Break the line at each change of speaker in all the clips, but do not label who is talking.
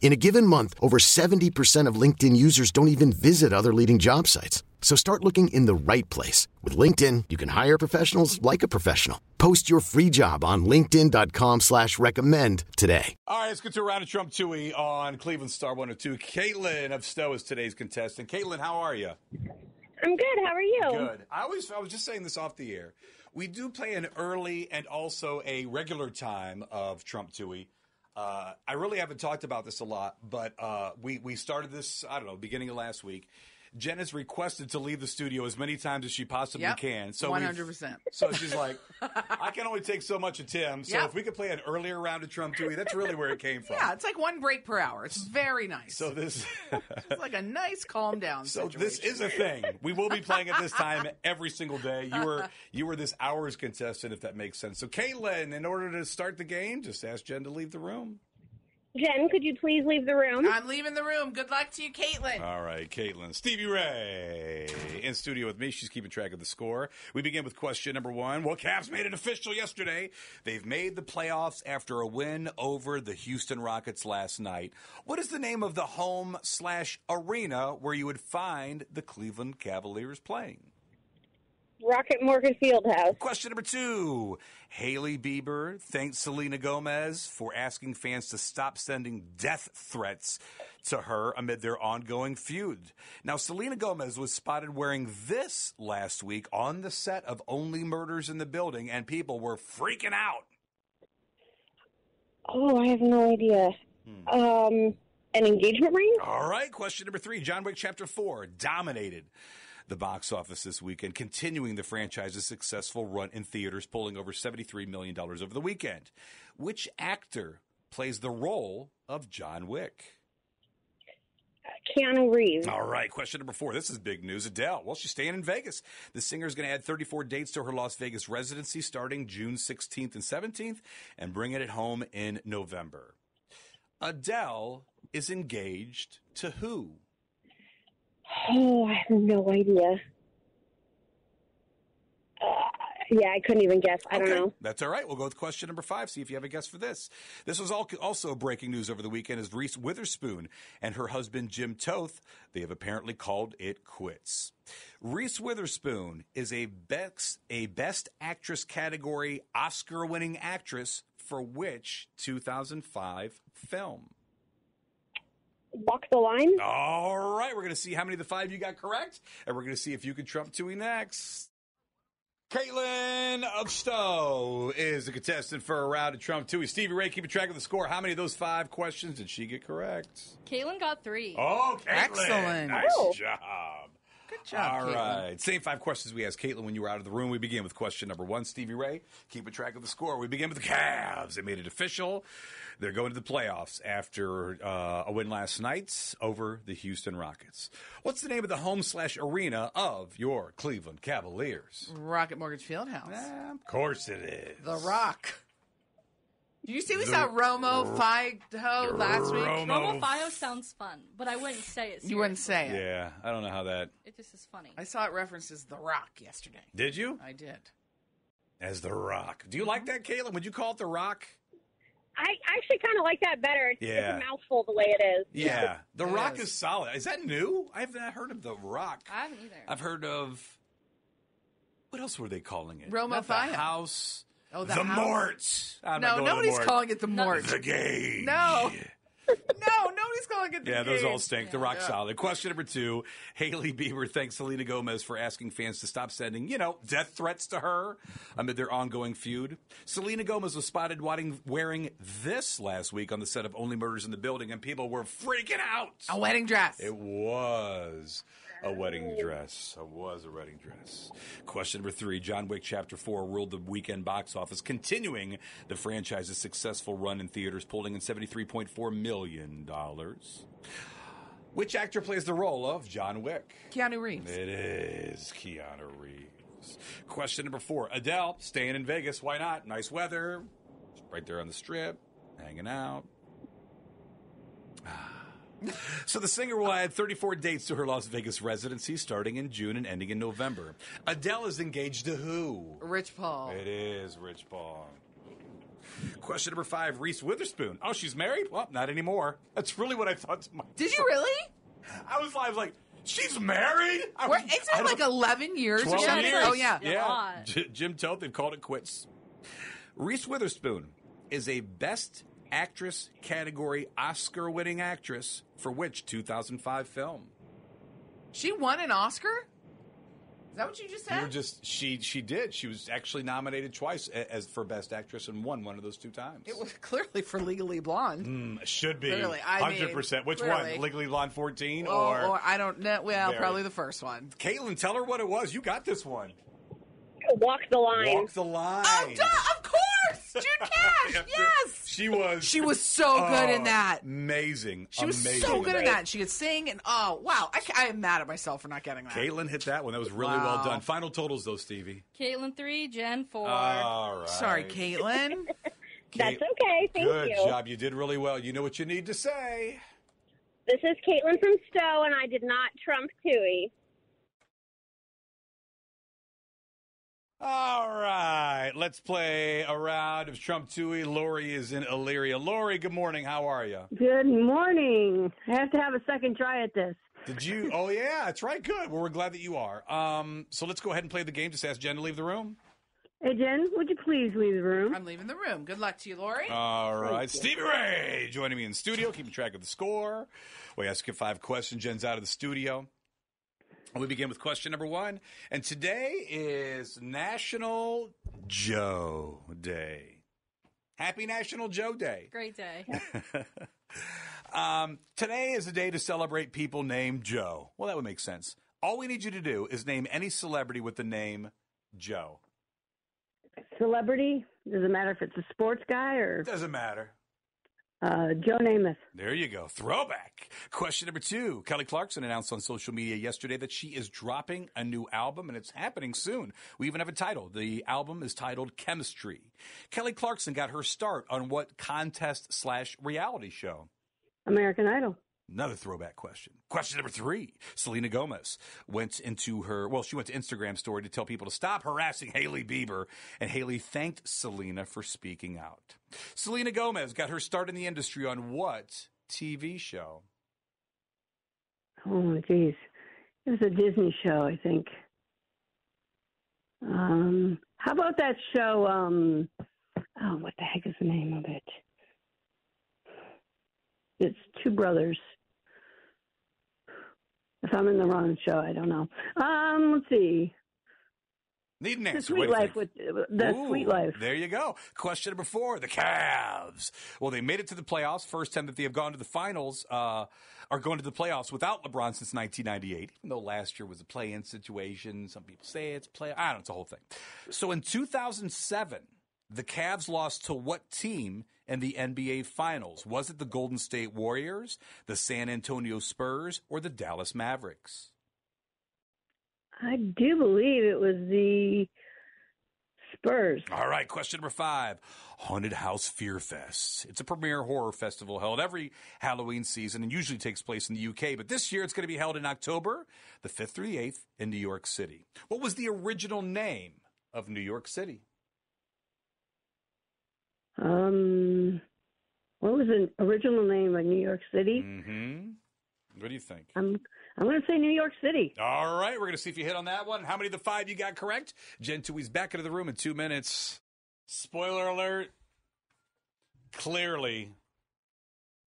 In a given month, over 70% of LinkedIn users don't even visit other leading job sites. So start looking in the right place. With LinkedIn, you can hire professionals like a professional. Post your free job on linkedin.com slash recommend today.
All right, let's get to a round of Trump Tui on Cleveland Star 102. Caitlin of Stowe is today's contestant. Caitlin, how are you?
I'm good. How are you?
Good. I always I was just saying this off the air. We do play an early and also a regular time of Trump Tui. Uh, I really haven't talked about this a lot, but uh, we we started this I don't know beginning of last week. Jen is requested to leave the studio as many times as she possibly
Yep.
can. So
one
we've-
hundred percent.
So she's like, I can only take so much of Tim. So
Yep.
if we could play an earlier round of Trump Tui, that's really where it came from.
Yeah, it's like one break per hour. It's very nice.
So this.
it's like a nice calm down.
So
situation.
this is a thing. We will be playing it this time every single day. You were you were this hour's contestant, if that makes sense. So Caitlin, in order to start the game, just ask Jen to leave the room.
Jen, could you please leave the room?
I'm leaving the room. Good luck to you, Caitlin.
All right, Caitlin. Stevie Ray in studio with me. She's keeping track of the score. We begin with question number one. Well, Cavs made it official yesterday. They've made the playoffs after a win over the Houston Rockets last night. What is the name of the home slash arena where you would find the Cleveland Cavaliers playing?
Rocket Mortgage Fieldhouse.
Question number two. Haley Bieber thanks Selena Gomez for asking fans to stop sending death threats to her amid their ongoing feud. Now, Selena Gomez was spotted wearing this last week on the set of Only Murders in the Building, and people were freaking out.
Oh, I have no idea.
Hmm.
Um, an engagement ring?
All right, question number three. John Wick Chapter 4 dominated the box office this weekend, continuing the franchise's successful run in theaters, pulling over $73 million over the weekend. Which actor plays the role of John Wick?
Keanu Reeves.
All right, question number four. This is big news. Adele, well, she's staying in Vegas. The singer is going to add 34 dates to her Las Vegas residency starting June 16th and 17th and bring it home in November. Adele is engaged to who?
Oh, I have no idea. Uh, yeah, I couldn't even guess. I don't know.
That's all right. We'll go with question number five. See if you have a guess for this. This was al- also breaking news over the weekend as Reese Witherspoon and her husband Jim Toth they have apparently called it quits. Reese Witherspoon is a best a best actress category Oscar winning actress for which 2005 film.
Walk the line?
All right, we're going to see how many of the five you got correct, and we're going to see if you can trump Tui next. Caitlin of Stowe is the contestant for a round of Trump Tui. Stevie Ray keeping track of the score. How many of those five questions did she get correct?
Caitlin got three.
Oh, Caitlin.
Excellent.
Nice
Cool.
job.
Good job,
All right.
Caitlin.
Same five questions we asked Caitlin when you were out of the room. We begin with question number one. Stevie Ray, keeping track of the score. We begin with the Cavs. They made it official. They're going to the playoffs after uh, a win last night over the Houston Rockets. What's the name of the home slash arena of your Cleveland Cavaliers?
Rocket Mortgage Fieldhouse.
Eh, of course it is.
The Rock. Did you see we
The-
saw Romo Fido last week?
Romo.
Romo Fio sounds fun, but I wouldn't say it.
You wouldn't
seriously.
say it.
Yeah, I don't know how that.
It just is funny.
I saw it referenced as The Rock yesterday.
Did you?
I did.
As the Rock. Do you like that, Caitlin? Would you call it the Rock?
I actually kind of like that better. It's,
Yeah.
it's a mouthful the way it is.
Yeah, the
It
Rock
is.
is solid. Is that new? I've not heard of the Rock.
I haven't either.
I've heard of. What else were they calling it?
Romo
Not the
Fire.
house.
Oh,
the,
the house?
Mort. I'm not
no,
going to
nobody's
Mort.
calling it the
No.
Mort.
the gauge.
No. No, nobody's calling it the
Yeah, those
game.
all stink. They're rock solid. Question number two Haley Bieber thanks Selena Gomez for asking fans to stop sending, you know, death threats to her amid their ongoing feud. Selena Gomez was spotted wadding- wearing this last week on the set of Only Murders in the Building, and people were freaking out.
A wedding dress.
It was a wedding dress. It was a wedding dress. Question number three John Wick Chapter 4 ruled the weekend box office, continuing the franchise's successful run in theaters, pulling in $73.4 million. Which actor plays the role of John Wick?
Keanu Reeves.
It is Keanu Reeves. Question number four Adele, staying in Vegas. Why not? Nice weather. Right there on the strip, hanging out. So the singer will add 34 dates to her Las Vegas residency starting in June and ending in November. Adele is engaged to who?
Rich Paul.
It is Rich Paul. Question number five Reese Witherspoon. Oh, she's married? Well, not anymore. That's really what I thought to myself.
Did you really?
I was live like, she's married? I
Where,
was-
it's
I
been
don't-
like 11 years or
12
something.
years.
Oh, yeah.
Yeah. lot.
J- Jim Toth had called it quits. Reese Witherspoon is a Best Actress category Oscar winning actress for which 2005 film?
She won an Oscar? Is that what you just said?
You were just she she did. She was actually nominated twice a- as for best actress and won one of those two times.
it was clearly for Legally Blonde.
Hmm, Should be
Clearly, I mean,
100%. Which
clearly.
one? Legally Blonde 14
Oh,
or,
or I don't know. Well,
Very-
probably the first one.
Caitlin, tell her what it was. You got this one.
Walk the line.
Walk the line.
Oh, duh, of course, June Cash. yes,
She was
she was so good in
Oh,
that.
Amazing.
She was
amazing.
so good in that. She could sing, and oh wow, I, ca- I am mad at myself for not getting that.
Caitlin hit that one. That was really well
Wow.
done. Final totals though, Stevie.
Caitlin three, Jen four.
All right.
Sorry, Caitlin.
That's okay. Thank
Good
you.
job. You did really well. You know what you need to say.
This is Caitlin from Stowe, and I did not trump Tui.
All right, let's play a round of Trump Tui. Lori is in Illyria. Lori, good morning. How are you?
Good morning. I have to have a second try at this.
Did you? Oh yeah, that's right. Good. Well, we're glad that you are. Um, so let's go ahead and play the game. Just ask Jen to leave the room.
Hey, Jen, would you please leave the room?
I'm leaving the room. Good luck to you, Lori.
All right, Stevie Ray joining me in studio, keeping track of the score. We ask you five questions. Jen's out of the studio. We begin with question number one, and today is National Joe Day. Happy National Joe Day.
Great day.
um, today is a day to celebrate people named Joe. Well, that would make sense. All we need you to do is name any celebrity with the name Joe.
Celebrity? Doesn't matter if it's a sports guy or
Doesn't matter.
uh, Joe Namath.
There you go. Throwback. Question number two. Kelly Clarkson announced on social media yesterday that she is dropping a new album and it's happening soon. We even have a title. The album is titled Chemistry. Kelly Clarkson got her start on what contest slash reality show?
American Idol.
Another throwback question. Question number three. Selena Gomez went into her, well, she went to Instagram story to tell people to stop harassing Haley Bieber, and Haley thanked Selena for speaking out. Selena Gomez got her start in the industry on what TV show?
Oh, geez. It was a Disney show, I think. Um, how about that show? Um, oh, what the heck is the name of it? It's two brothers. If I'm in the wrong show, I don't know. Um, let's see.
Need an
The
answer. What
Sweet
do you
Life
think?
with the
Ooh,
Sweet Life.
There you go. Question number four: The Cavs. Well, they made it to the playoffs. First time that they have gone to the finals, uh, are going to the playoffs without LeBron since 1998. Even though last year was a play-in situation, some people say it's play. I don't. know. It's a whole thing. So in 2007, the Cavs lost to what team in the NBA Finals? Was it the Golden State Warriors, the San Antonio Spurs, or the Dallas Mavericks?
I do believe it was the Spurs.
All right, question number five Haunted House Fear Fest. It's a premier horror festival held every Halloween season and usually takes place in the UK, but this year it's going to be held in October, the 5th through the 8th, in New York City. What was the original name of New York City?
Um, what was the original name of New York City?
hmm. What do you think?
I'm I'm going to say New York City.
All right, we're going to see if you hit on that one. How many of the five you got correct? Jen Tui's back into the room in two minutes. Spoiler alert. Clearly,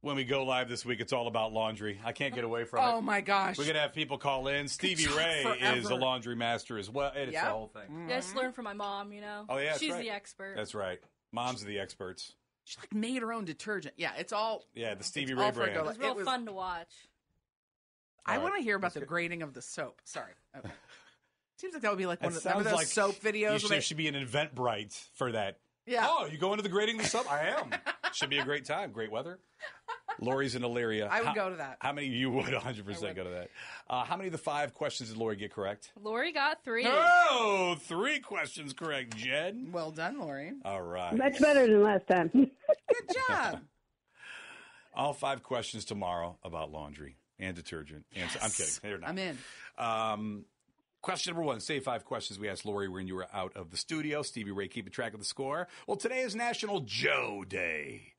When we go live this week, it's all about laundry. I can't get away from
Oh
it.
my gosh.
We're gonna have people call in. Stevie
talk
Ray is a
forever.
laundry master as well. It's
Yep.
the whole thing.
Yeah, I just learned from my mom, you know?
Oh, yeah, that's
She's
right.
the expert.
That's right. Moms are the experts.
She like made her own detergent. Yeah, it's all.
Yeah, the Stevie
It's
Ray
all for a
brand.
go-
it was real
It was-
fun to watch.
I
All right.
want to hear about the grading of the soap. Sorry. Okay. Seems like that would be like
It
one of remember
sounds
those
like
soap
You
videos.
should,
where they-
should be an event bright for that.
yeah.
Oh, you go into the grading the sub? I am. should be a great time. Great weather. Lori's in Illyria.
I would
How-
go to that.
How many of you would 100% go to that? Uh, how many of the five questions did Lori get correct?
Lori got three.
Oh, three questions correct, Jed.
Well done, Lori.
All right.
Much better than last time.
Good job.
All five questions tomorrow about laundry and detergent. And so, I'm kidding. They're not.
I'm in.
Um, question number one. Say five questions we asked Lori when you were out of the studio. Stevie Ray keeping track of the score. Well, today is National Joe Day,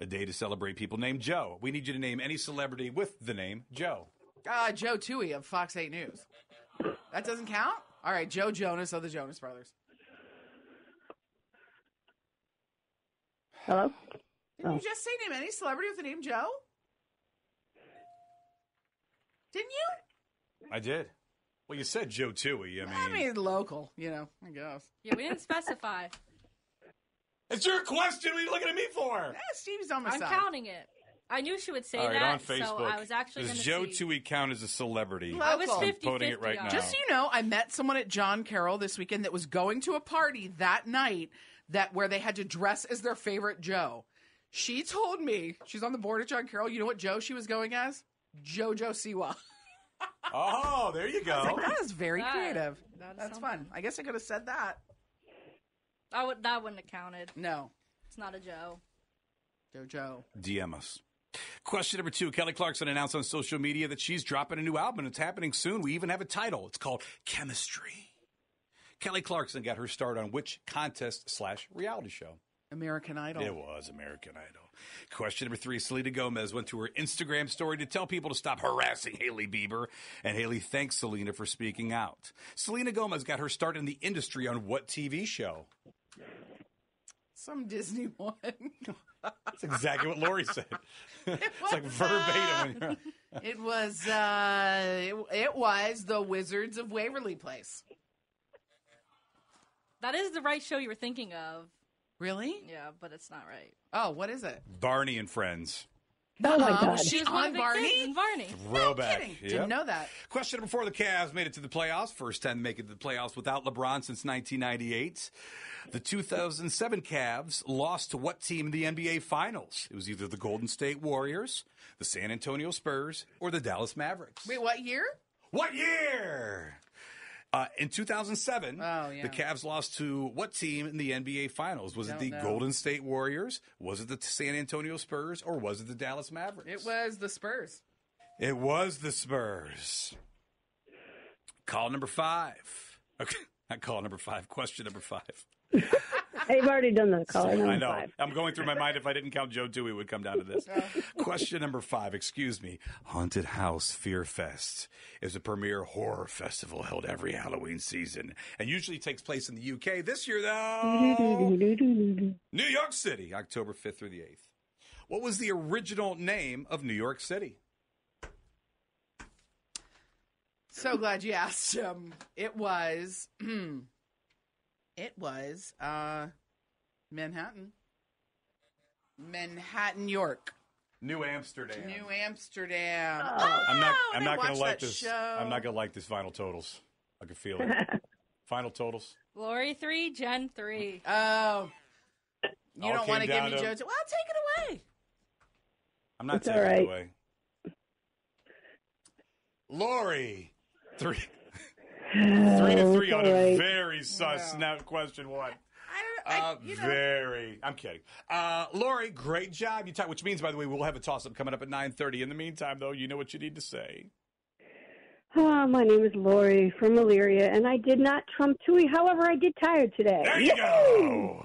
a day to celebrate people named Joe. We need you to name any celebrity with the name Joe.
Uh, Joe Tui of Fox 8 News. That doesn't count? All right, Joe Jonas of the Jonas Brothers.
Hello?
Didn't you just say name any celebrity with the name Joe? Didn't you?
I did. Well, you said Joe Tui. I mean,
I mean, local, you know, I guess.
Yeah, we didn't specify.
it's your question. What are you looking at me for?
Eh, Steve's on my
I'm
side.
counting it. I knew she would say
All right,
that,
on Facebook.
so I was actually going
does
to
Joe
see.
Tui count as a celebrity?
Look,
I was
I'm
50
voting it right now.
Just so you know, I met someone at John Carroll this weekend that was going to a party that night that where they had to dress as their favorite Joe. She told me she's on the board at John Carroll. You know what Joe she was going as? JoJo Siwa.
Oh, there you go.
That is very
That-
creative.
Oh. that is
That's
something.
fun. I guess I could have said that.
I would, that wouldn't have counted.
No,
It's not a Joe.
JoJo.
DM us. Question number two Kelly Clarkson announced on social media that she's dropping a new album. It's happening soon. We even have a title. It's called Chemistry. Kelly Clarkson got her start on which contest slash reality show?
American Idol.
It was American Idol. Question number three Selena Gomez went to her Instagram story to tell people to stop harassing Haley Bieber, and Haley thanks Selena for speaking out. Selena Gomez got her start in the industry on what TV show?
Some Disney one.
That's exactly what Lori said. it's like verbatim.
it was. uh it, it was the Wizards of Waverly Place.
That is the right show you were thinking of.
Really?
Yeah, but it's not right.
Oh, what is it?
Barney and Friends.
Oh my
Um,
God.
She was
one
on
of the
Barney.
kids in Barney.
Throwback.
Kidding.
Yep.
Didn't know that.
Question number four: The Cavs made it to the playoffs. First time to make it to the playoffs without LeBron since 1998. The 2007 Cavs lost to what team in the NBA Finals? It was either the Golden State Warriors, the San Antonio Spurs, or the Dallas Mavericks.
Wait, what year?
What year? Uh, in 2007,
Oh, yeah.
the Cavs lost to what team in the NBA Finals? Was it
Don't
the
know.
Golden State Warriors? Was it the San Antonio Spurs? Or was it the Dallas Mavericks?
It was the Spurs.
It was the Spurs. Call number five. Okay, not call number five. Question number five.
They've already done that caller number
I know.
five.
I'm going through my mind. If I didn't count Joe Dewey, it would come down to this. Question number five. Excuse me. Haunted House Fear Fest is a premier horror festival held every Halloween season, and usually takes place in the UK. This year, though, New York City, October 5th through the 8th. What was the original name of New York City?
So glad you asked him. It was. it was uh, Manhattan. Manhattan, York.
New Amsterdam.
New Amsterdam.
I'm not.
Oh,
I'm
they
not gonna
watch
like
that
this.
show.
I'm not gonna like this final totals. I can feel it. final totals.
Lori 3, Jen 3.
Oh. You
All
don't
came
want to give
down
me
to-
JoJo. Well, take it away.
I'm not
It's
taking
all
it
right.
away. Lori, three, three to three on a very sus now question one.
I don't I,
Uh,
you know,
very. I'm kidding. Uh, Lori, great job. You tie, which means, by the way, we'll have a toss up coming up at 9:30. In the meantime, though, you know what you need to say.
Oh, my name is Lori from Illyria, and I did not trump Tui. However, I did tired today.
There you go.